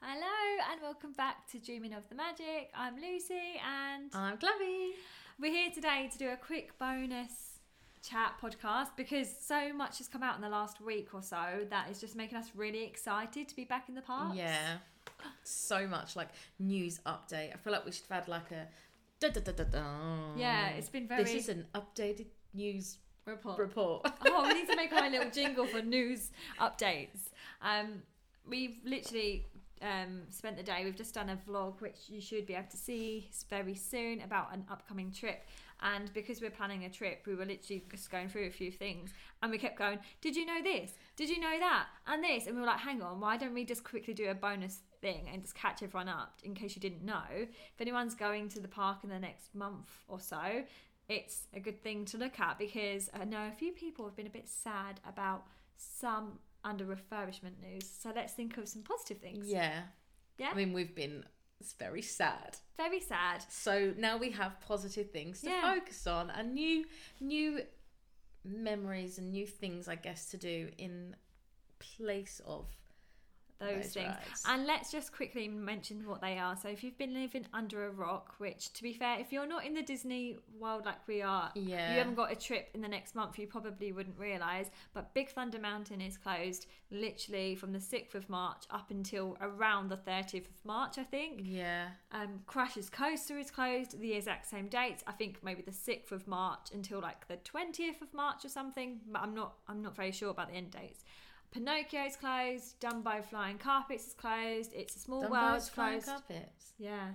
Hello and welcome back to Dreaming of the Magic. I'm Lucy and I'm Glavy. we're here today to do a quick bonus chat podcast because so much has come out in the last week or so that is just making us really excited to be back in the park. Yeah, so much like news update. I feel like we should have had like a da da da da da. Yeah, it's been very This is an updated news report. report. oh, we need to make our own little jingle for news updates. Um, we've literally um, spent the day. We've just done a vlog, which you should be able to see very soon about an upcoming trip. And because we're planning a trip, we were literally just going through a few things, and we kept going. Did you know this? Did you know that? And this, and we were like, hang on, why don't we just quickly do a bonus thing and just catch everyone up in case you didn't know? If anyone's going to the park in the next month or so, it's a good thing to look at because I know a few people have been a bit sad about some under refurbishment news. So let's think of some positive things. yeah, Yeah. I mean, we've been it's very sad. Very sad. So now we have positive things to Yeah. focus on and new new memories and new things, I guess, to do in place of Those Those things. rides. And let's just quickly mention what they are. So if you've been living under a rock, which to be fair, if you're not in the Disney world like we are, yeah. you haven't got a trip in the next month, you probably wouldn't realise. But Big Thunder Mountain is closed literally from the 6th of March up until around the 30th of March, I think. yeah. Um, Crash's Coaster is closed the exact same dates. I think maybe the sixth of March until like the twentieth of March or something. But I'm not I'm not very sure about the end dates. Pinocchio's closed. Dumbo Flying Carpets is closed. It's a Small World's Dumbo's flying closed. carpets. yeah.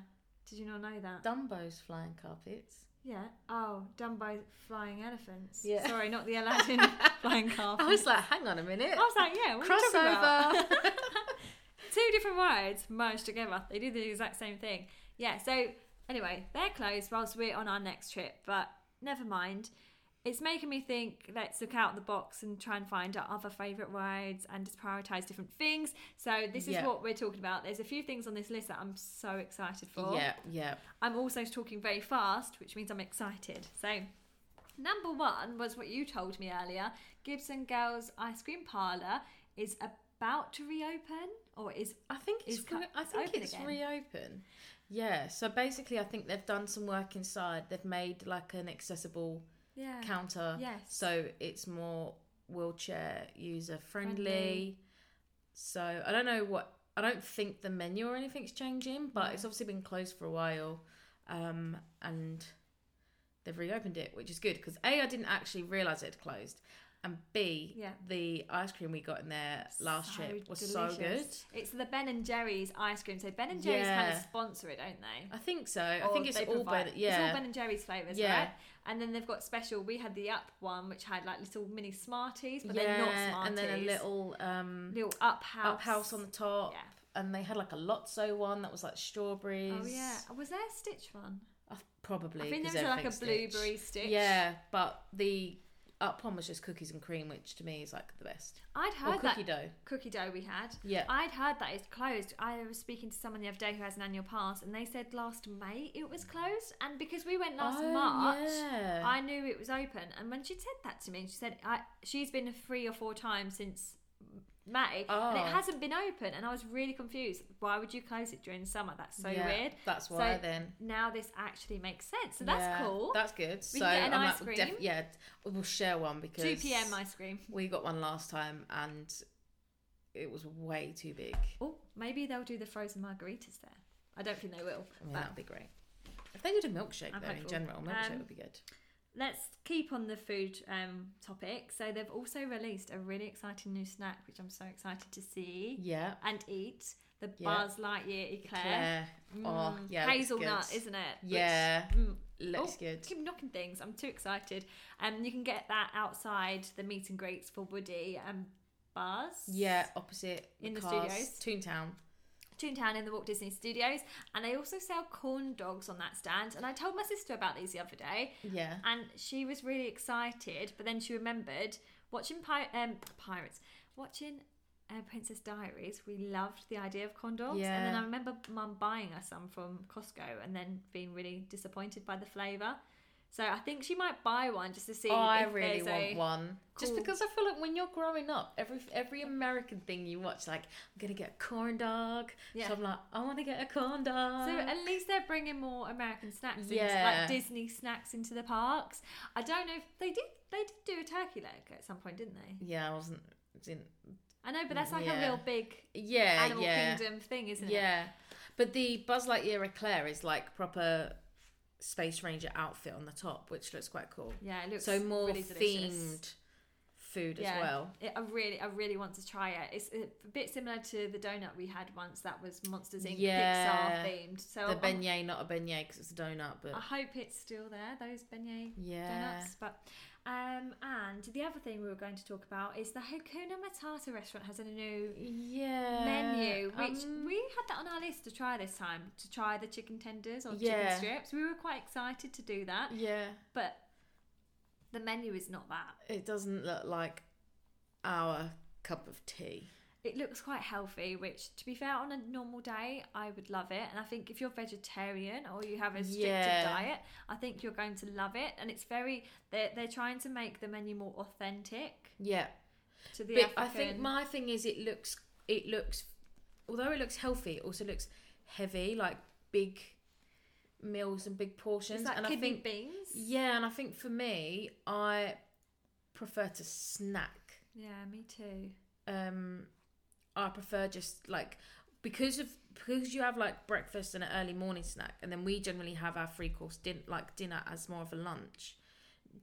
Did you not know that? Dumbo's flying carpets. yeah. Oh, Dumbo Flying Elephants. Yeah. Sorry, not the Aladdin Flying Carpet. I was like, hang on a minute. I was like, yeah, what are you talking about? Crossover. two different words merged together. They do the exact same thing. Yeah, so anyway, they're closed whilst we're on our next trip, but never mind. It's making me think let's look out the box and try and find our other favourite rides and just prioritise different things. So, this is Yeah. what we're talking about. There's a few things on this list that I'm so excited for. yeah, yeah. I'm also talking very fast, which means I'm excited. So, number one was what you told me earlier Gibson Girls Ice Cream Parlour is about to reopen or is I think it's, It's re- cut- I it's think open it's again. reopen. Yeah. So basically, I think they've done some work inside. They've made like an accessible yeah counter. Yes. So it's more wheelchair user friendly. Friendly. So I don't know what I don't think the menu or anything's changing, but No. it's obviously been closed for a while, um, and they've reopened it, which is good because a I didn't actually realize it had closed, and b Yeah. the ice cream we got in there last So trip was so good. delicious. It's the Ben and Jerry's ice cream. So Ben and Jerry's kind Yeah. of sponsor it, don't they? I think so. I Or think it's they all provide- Ben. Yeah, It's all Ben and Jerry's flavours, Yeah. right? And then they've got special. We had the up one, which had like little mini Smarties, but they're not Yeah, Smarties. and then a little um, little up house. up house on the top. Yeah. and they had like a Lotso one that was like strawberries. Oh yeah. Was there a Stitch one? I th- probably. I think there 'cause was like a everything's blueberry stitched. Stitch. Yeah, but the up one was just cookies and cream, which to me is like the best. I'd Or heard that cookie dough. cookie dough we had. Yeah. I'd heard that it's closed. I was speaking to someone the other day who has an annual pass, and they said last May it was closed. And because we went last Oh, March, yeah. I knew it was open. And when she said that to me, she said I, she's been three or four times since May, and Oh. it hasn't been open. And I was really confused. Why would you close it during summer? That's so Yeah, weird. That's why So, then. Now this actually makes sense. So that's Yeah, cool. That's good. We so can get an I'm ice like, we'll def- cream. yeah, we'll share one because 2 p.m. ice cream. we got one last time and it was way too big. Oh, maybe they'll do the frozen margaritas there. I don't think they will. I mean, but- that'd be great. If they did a milkshake I'm though, in hopeful. general, milkshake Um, would be good. Let's keep on the food um, topic. So they've also released a really exciting new snack, which I'm so excited to see Yeah. and eat. The Yeah. Buzz Lightyear eclair. Claire. Oh, Mm, yeah. looks hazelnut, good. isn't it? Which- Yeah, Mm, looks oh, good. Keep knocking things. I'm too excited. Um, you can get that outside the meet and greets for Woody and Buzz. Yeah, opposite In the cars, studios. Toontown. Toontown in the Walt Disney Studios, and they also sell corn dogs on that stand. And I told my sister about these the other day, Yeah. and she was really excited but then she remembered watching Pi- um, pirates watching uh, princess diaries we loved the idea of condoms and then Yeah. i remember mum buying us some from costco and then being really disappointed by the flavour So I think she might buy one just to see. Oh, I if really there's want a, one. Just cool- because I feel like when you're growing up, every every American thing you watch, like I'm gonna get a corn dog. Yeah. So I'm like, I want to get a corn dog. So at least they're bringing more American snacks, Yeah. into, like Disney snacks, into the parks. I don't know if they did. They did do a turkey leg at some point, didn't they? yeah, I wasn't. Didn't. I know, but that's like a Yeah. real big Yeah, Animal yeah, Kingdom thing, isn't it? yeah. But the Buzz Lightyear eclair is like proper space ranger outfit on the top, which looks quite cool. Yeah, it looks so more really delicious. themed food Yeah. as well. It, I really, I really want to try it. It's a bit similar to the donut we had once that was Monsters Inc. Yeah. Pixar themed. So the Oh, I'm- beignet, not a beignet, because it's a donut, but I hope it's still there. Those beignet yeah. donuts, but. Um, and the other thing we were going to talk about is the Hakuna Matata restaurant has a new Yeah. menu, which um, we had that on our list to try this time to try the chicken tenders or Yeah. chicken strips. We were quite excited to do that, Yeah, but the menu is not that. it doesn't look like our cup of tea. It looks quite healthy, which, to be fair, on a normal day, I would love it. And I think if you're vegetarian or you have a stricter Yeah. diet, I think you're going to love it. And it's very, they're, they're trying to make the menu more authentic Yeah, to the but African. I think my thing is it looks it looks although it looks healthy, it also looks heavy, like big meals and big portions. it's like and I kidney think beans. yeah, and I think for me, I prefer to snack Yeah, me too. um I prefer just like because of because you have like breakfast and an early morning snack and then we generally have our three course din like dinner as more of a lunch.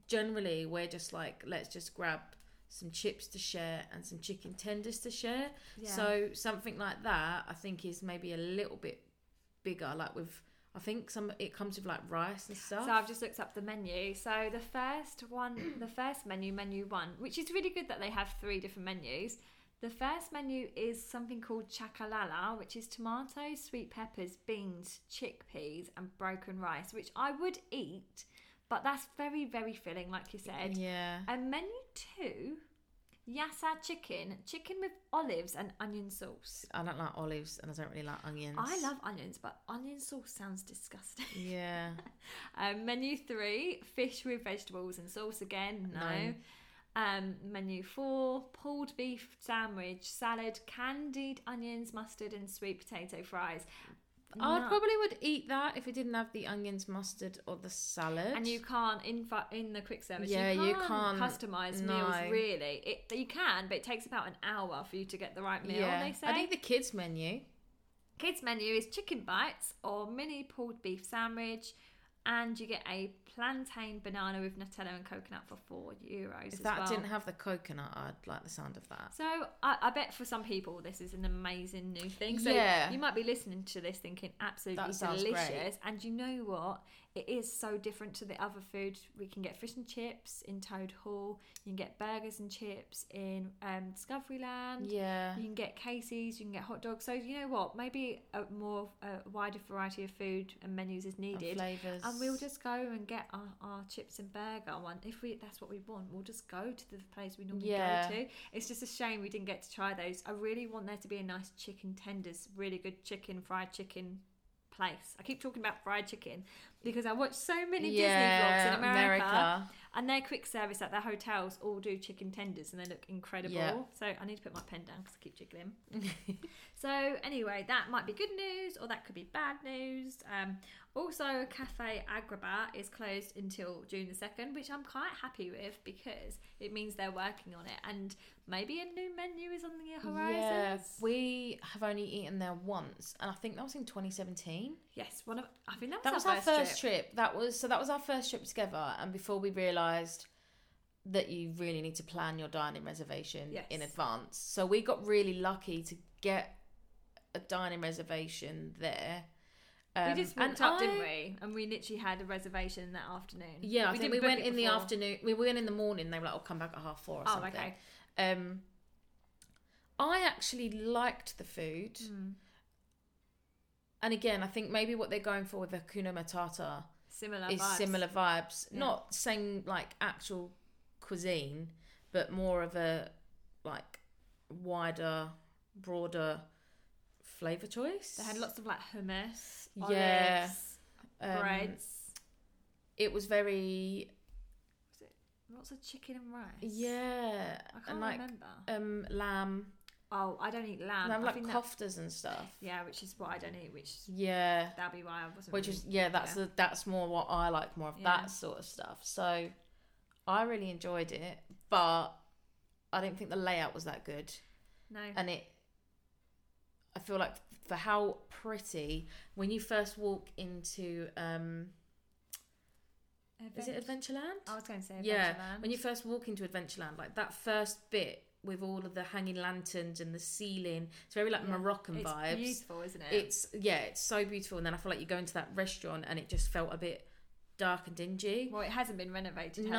Generally we're just like let's just grab some chips to share and some chicken tenders to share. Yeah. So something like that I think is maybe a little bit bigger like with I think some it comes with like rice and stuff. So I've just looked up the menu. So the first one, the first menu, menu one, which is really good that they have three different menus. The first menu is something called chakalala, which is tomatoes, sweet peppers, beans, chickpeas, and broken rice, which I would eat, but that's very, very filling, like you said. yeah. And menu two, yassa chicken, chicken with olives and onion sauce. I don't like olives and I don't really like onions. I love onions, but onion sauce sounds disgusting. Yeah. Um, menu three, fish with vegetables and sauce again. No. No. Um, menu four, pulled beef sandwich, salad, candied onions, mustard, and sweet potato fries. I No. probably would eat that if it didn't have the onions, mustard, or the salad. And you can't in fa- in the quick service. Yeah, you you can't, can't- customize meals no. really. It you can, but it takes about an hour for you to get the right meal. They say. I think the kids menu. Kids menu is chicken bites or mini pulled beef sandwich, and you get a plantain banana with Nutella and coconut for four euros. If as that well. didn't have the coconut, I'd like the sound of that. So I, I bet for some people this is an amazing new thing. So Yeah. you might be listening to this thinking absolutely That sounds great. delicious. And you know what? It is so different to the other food. We can get fish and chips in Toad Hall. You can get burgers and chips in um, Discovery Land. Yeah. You can get Casey's. You can get hot dogs. So you know what? Maybe a more a wider variety of food and menus is And needed. flavours. And we'll just go and get our, our chips and burger one. If we that's what we want, we'll just go to the place we normally Yeah. go to. It's just a shame we didn't get to try those. I really want there to be a nice chicken tenders, really good chicken, fried chicken place. I keep talking about fried chicken because I watch so many Disney vlogs in America, and their quick service at their hotels all do chicken tenders and they look incredible. Yeah. So I need to put my pen down because I keep jiggling. So anyway, that might be good news or that could be bad news. Um, also, Cafe Agrabah is closed until June the second, which I'm quite happy with because it means they're working on it and maybe a new menu is on the horizon. Yeah, we have only eaten there once, and I think that was in 2017. Yes, one of I think that was, That was our, our first trip. That was so. That was our first trip together, and before we realised that you really need to plan your dining reservation Yes. in advance. So we got really lucky to get a dining reservation there. Um, we just and walked up, I- didn't we? And we literally had a reservation that afternoon. Yeah, I think didn't we book went it in the before. afternoon. We went in the morning. They were like, "I'll come back at half four or Oh, something." okay. Um, I actually liked the food, Mm. Hmm. and again, I think maybe what they're going for with Hakuna Matata Similar is vibes. similar vibes. Yeah. Not same like actual cuisine, but more of a like wider, broader flavor choice. They had lots of like hummus, Yeah. olives, Um, breads. it was very Lots of chicken and rice. yeah, I can't and like remember. um lamb, Oh, I don't eat lamb. and have I like think that- koftas and stuff. yeah, which is what I don't eat. Which Yeah, that'd be why I wasn't. which really- is yeah, that's yeah. The, that's more what I like, more of Yeah. that sort of stuff. So I really enjoyed it, but I didn't think the layout was that good. no. and it i feel like for how pretty when you first walk into um is it Advent- adventureland I was going to say yeah Oh, Adventureland. when you first walk into adventureland like that first bit with all of the hanging lanterns and the ceiling it's very like Yeah. moroccan it's vibes beautiful, isn't it? it's yeah it's so beautiful and then i feel like you go into that restaurant and it just felt a bit dark and dingy well, it hasn't been renovated, has it?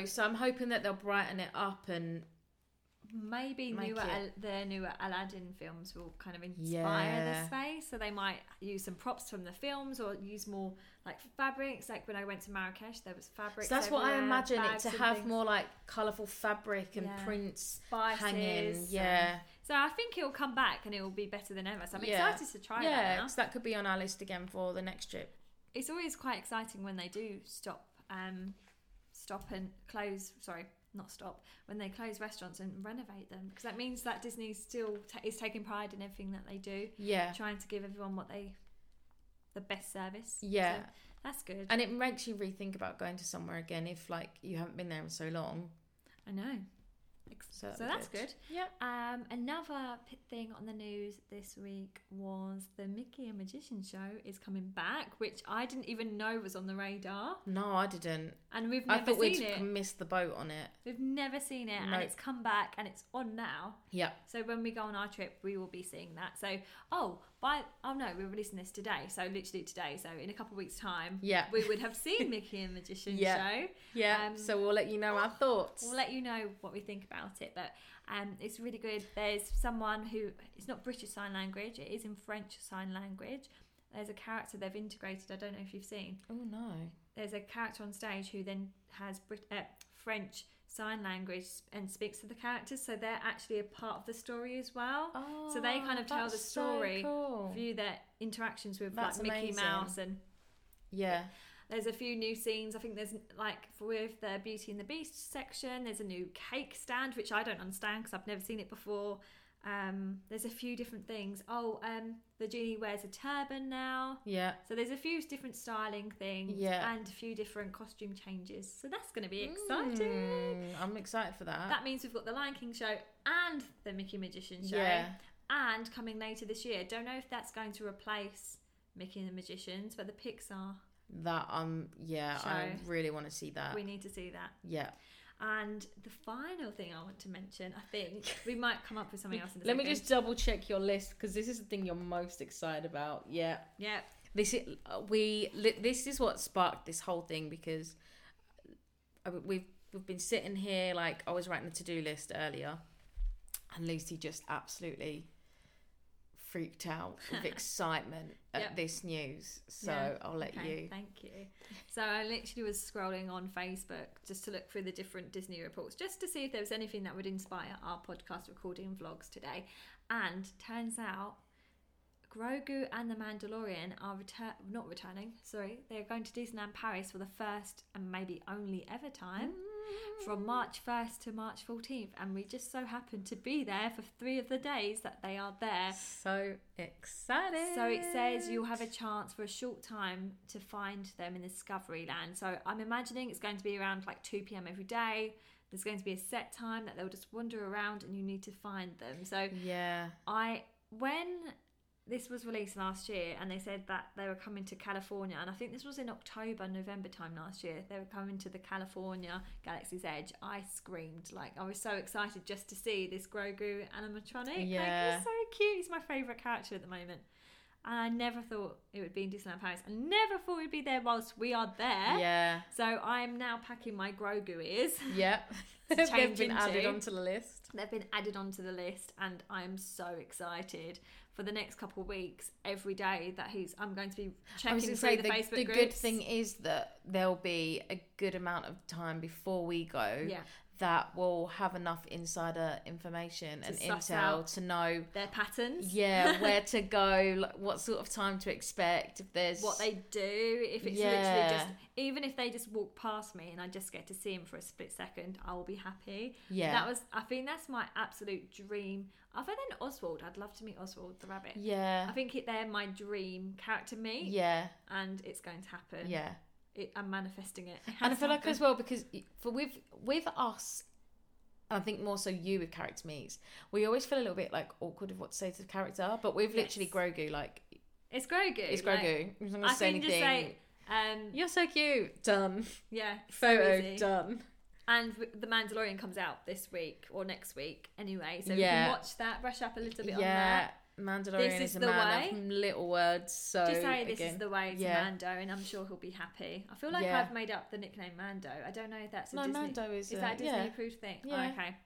no so i'm hoping that they'll brighten it up and Maybe Make newer it- Al- the newer Aladdin films will kind of inspire Yeah. the space, so they might use some props from the films or use more like fabrics. Like when I went to Marrakesh, there was fabrics. so that's what i everywhere, imagine it bags to and have things, more like colorful fabric and Yeah. prints spices, hanging and- yeah So I think it'll come back and it will be better than ever. So I'm Yeah. excited to try that yeah, now. 'cause that could be on our list again for the next trip. It's always quite exciting when they do stop, um, stop and close. Sorry, not stop when they close restaurants and renovate them because that means that Disney still ta is taking pride in everything that they do, Yeah. trying to give everyone what they, the best service. Yeah. So that's good. And it makes you rethink about going to somewhere again if like you haven't been there in so long. I know. Ex- So So, that'd be that's good. good. Yeah. Um, another p- thing on the news this week was the Mickey and Magician show is coming back, which I didn't even know was on the radar, No, I didn't. and we've I never thought we'd seen it. missed the boat on it. We've never seen it, No. and it's come back and it's on now. Yeah. So when we go on our trip, we will be seeing that. So oh, by oh no, we're releasing this today. So literally today. So in a couple of weeks' time, Yeah. we would have seen Mickey and Magician Yeah. show. Yeah. Um, so we'll let you know our thoughts. We'll let you know what we think about it, but um, it's really good. There's someone who it's not British Sign Language; it is in French Sign Language. There's a character they've integrated. I don't know if you've seen. oh no. There's a character on stage who then has Brit- uh, French Sign Language and speaks to the characters, so they're actually a part of the story as well. Oh, So they kind of tell that's the so story cool. View their interactions with Oh. That's like Mickey amazing. Mouse and Yeah. there's a few new scenes. I think there's like with the Beauty and the Beast section, there's a new cake stand which I don't understand because I've never seen it before. Um, there's a few different things. Oh, um, the genie wears a turban now. Yeah. So there's a few different styling things Yeah. and a few different costume changes. So that's going to be exciting. Mm, I'm excited for that. That means we've got the Lion King show and the Mickey Magician show. yeah. And coming later this year, don't know if that's going to replace Mickey and the Magicians, but the Pixar, That um yeah, I Show. really want to see that. we need to see that. yeah. And the final thing I want to mention, I think we might come up with something else in a Let second. me just double check your list because this is the thing you're most excited about. Yeah, yeah, this is uh, we. li- This is what sparked this whole thing because I- we've we've been sitting here like I was writing a to do list earlier, and Lucy just absolutely freaked out with excitement at Yep. this news. So Yeah, I'll let okay, you. Thank you. So I literally was scrolling on Facebook just to look through the different Disney reports, just to see if there was anything that would inspire our podcast recording vlogs today. And turns out. Grogu and the Mandalorian are return not returning. Sorry, they are going to Disneyland Paris for the first and maybe only ever time. from March 1st to March 14th, and we just so happened to be there for three of the days that they are there. So excited. So it says you'll have a chance for a short time to find them in Discovery Land. So I'm imagining it's going to be around like 2 pm every day. There's going to be a set time that they'll just wander around and you need to find them. So Yeah. I when this was released last year and they said that they were coming to California and I think this was in October, November time last year. They were coming to the California Galaxy's Edge. I screamed like I was so excited just to see this Grogu animatronic. Like Yeah. he's so cute. He's my favourite character at the moment. And I never thought it would be in Disneyland Paris. I never thought we'd be there whilst we are there. Yeah. So I'm now packing my Grogu ears. Yeah. It's They've changed been added into- onto the list. They've been added onto the list, and I'm so excited for the next couple of weeks. Every day that he's, I'm going to be I was checking through gonna say, the, Facebook the groups. good thing is that there'll be a good amount of time before we go yeah, that will have enough insider information To and suss intel out. to know Their patterns. yeah where to go like, what sort of time to expect if there's What they do, if it's literally just, even if they just walk past me and I just get to see him for a split second, I will be happy. yeah That was, I think that's my absolute dream. Other than Oswald, I'd love to meet Oswald the rabbit. yeah I think it, they're my dream character meet, yeah and it's going to happen. yeah it, I'm manifesting it. It and I has feel like happened. as well because for with with us, and I think more so you with character meets, we always feel a little bit like awkward of what to say to the character. But with literally Yes. Grogu, like it's Grogu. it's like, Grogu. I'm not gonna I say can just anything. say, um, You're so cute. Done. yeah, it's so Photo easy. done. And w- the Mandalorian comes out this week or next week, anyway. So we Yeah. can watch that, brush up a little bit on Yeah, that. Mandalorian This is, is a the man way. of little words. So Just say this Oh, again, is the way to Yeah. Mando, and I'm sure he'll be happy. I feel like Yeah. I've made up the nickname Mando. I don't know if that's a no Disney. Mando is, Is that a uh, Disney yeah. approved thing? Oh, Yeah. okay.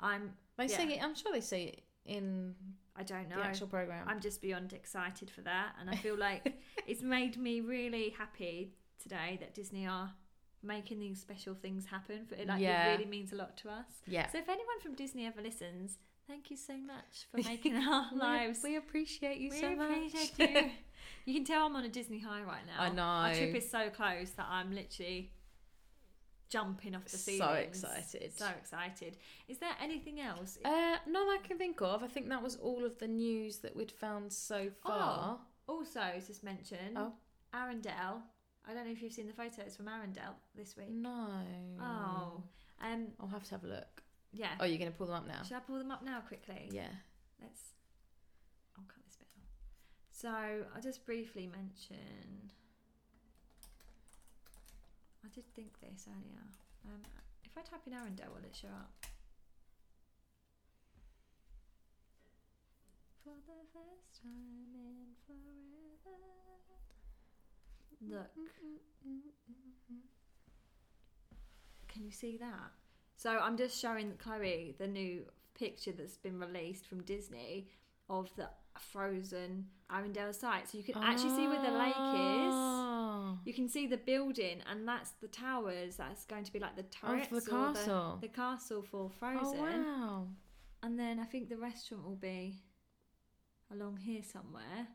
I'm. They Yeah. say it. I'm sure they say it in I don't know. the actual program. I'm just beyond excited for that, and I feel like it's made me really happy today that Disney are making these special things happen. For like, Yeah. it really means a lot to us. yeah. So if anyone from Disney ever listens, thank you so much for making our We- lives. We, appreciate you We so much. appreciate you. You can tell I'm on a Disney high right now. I know. Our trip is so close that I'm literally jumping off the So ceiling. excited. So excited. Is there anything else? Uh, none I can think of. I think that was all of the news that we'd found so Oh, far. Also, it's just mentioned, Oh. Arendelle. I don't know if you've seen the photos from Arendelle this week. No. Oh, um, I'll have to have a look. yeah. Oh, you're going to pull them up now? Should I pull them up now quickly? Yeah. Let's. I'll cut this bit off. So I'll just briefly mention. I did think this earlier. Um, if I type in Arendelle, will it show up? For the first time in forever. Look. Can you see that? So I'm just showing Chloe the new picture that's been released from Disney of the frozen Arendelle site. So you can actually see where the lake is. Oh. You can see the building, and that's the towers. That's going to be like the Oh, turrets for the or castle. The, castle for oh, Frozen. wow. And then I think the restaurant will be along here somewhere.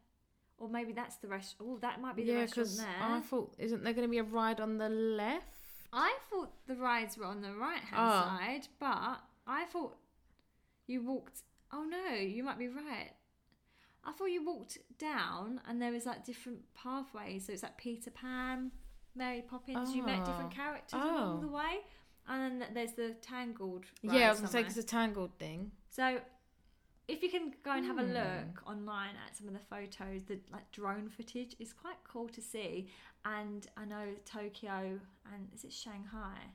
Or maybe that's the restaurant. Oh, that might be the Yeah, restaurant because there. I thought, isn't there going to be a ride on the left? I thought the rides were on the right hand Oh. side, but I thought you walked. Oh no, you might be right. I thought you walked down and there was like different pathways. So it's like Peter Pan, Mary Poppins. You met different Oh. characters Oh. along the way, and then there's the Tangled. Ride yeah, I was going to say somewhere. 'cause it's a tangled thing. So if you can go and have a Hmm. look online at some of the photos, the like drone footage is quite cool to see. And I know Tokyo and is it Shanghai?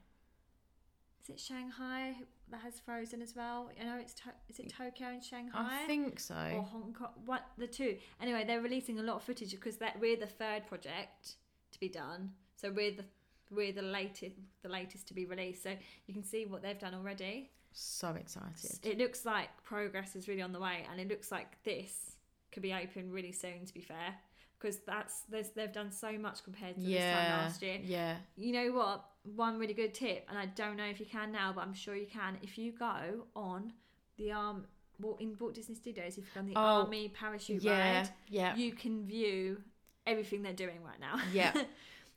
Is it Shanghai that has frozen as well? I know it's to- is it Tokyo and Shanghai I think so. or Hong Kong? What the two? Anyway, they're releasing a lot of footage because that we're the third project to be done. So we're the we're the latest the latest to be released. So you can see what they've done already. So excited. It looks like progress is really on the way, and it looks like this could be open really soon. To be fair, because that's there's, they've done so much compared to this time yeah. last year. Yeah. You know what? One really good tip, and I don't know if you can now, but I'm sure you can. If you go on the arm Walt- in Walt Disney Studios, if you go on the Oh, Army parachute Yeah. ride, Yeah. you can view everything they're doing right now. Yeah.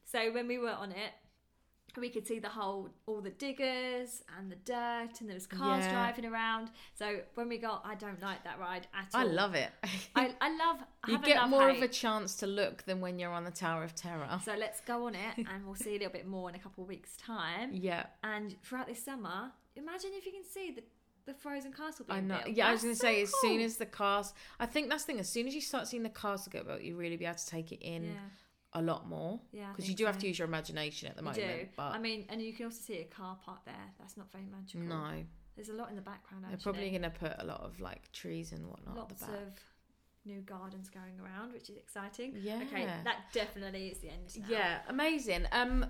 So when we were on it, we could see the whole, all the diggers and the dirt, and there was cars Yeah. driving around. So when we got, I don't like that ride at all. I love it. I, I love. I you have get a love more of hate. a chance to look than when you're on the Tower of Terror. So let's go on it, and we'll see a little bit more in a couple of weeks' time. Yeah, And throughout this summer, imagine if you can see the the frozen castle. Being I know. built. Yeah, I was That's gonna so say as soon cool. as the cast, I think that's the thing. As soon as you start seeing the cast get built, you really be able to take it in Yeah. a lot more Yeah, I because you think do have so. to use your imagination at the You moment. do. But I mean, and you can also see a car park there. That's not very magical. no, There's a lot in the background. they're Actually. probably gonna put a lot of like trees and whatnot lots at the back. of new gardens going around, which is exciting. Yeah. Okay, that definitely is the end. Now. Yeah, amazing. Um,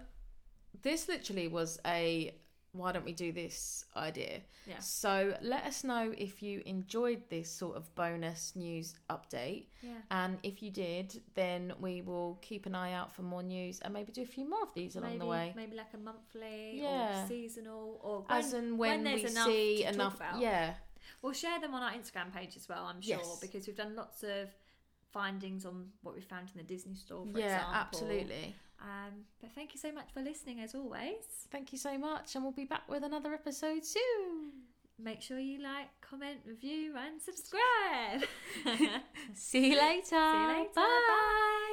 this literally was a why don't we do this idea? Yeah. So let us know if you enjoyed this sort of bonus news update. Yeah. And if you did, then we will keep an eye out for more news and maybe do a few more of these along maybe, the way. maybe like a monthly Yeah. or seasonal or when, As and when, there's we enough see to talk enough. about. Yeah. we'll share them on our Instagram page as well. I'm sure Yes. because we've done lots of findings on what we found in the Disney store. For Yeah, example. absolutely. Um, but thank you so much for listening as always. Thank you so much, and we'll be back with another episode soon. Make sure you like, comment, review, and subscribe. See you later. See you later. Bye.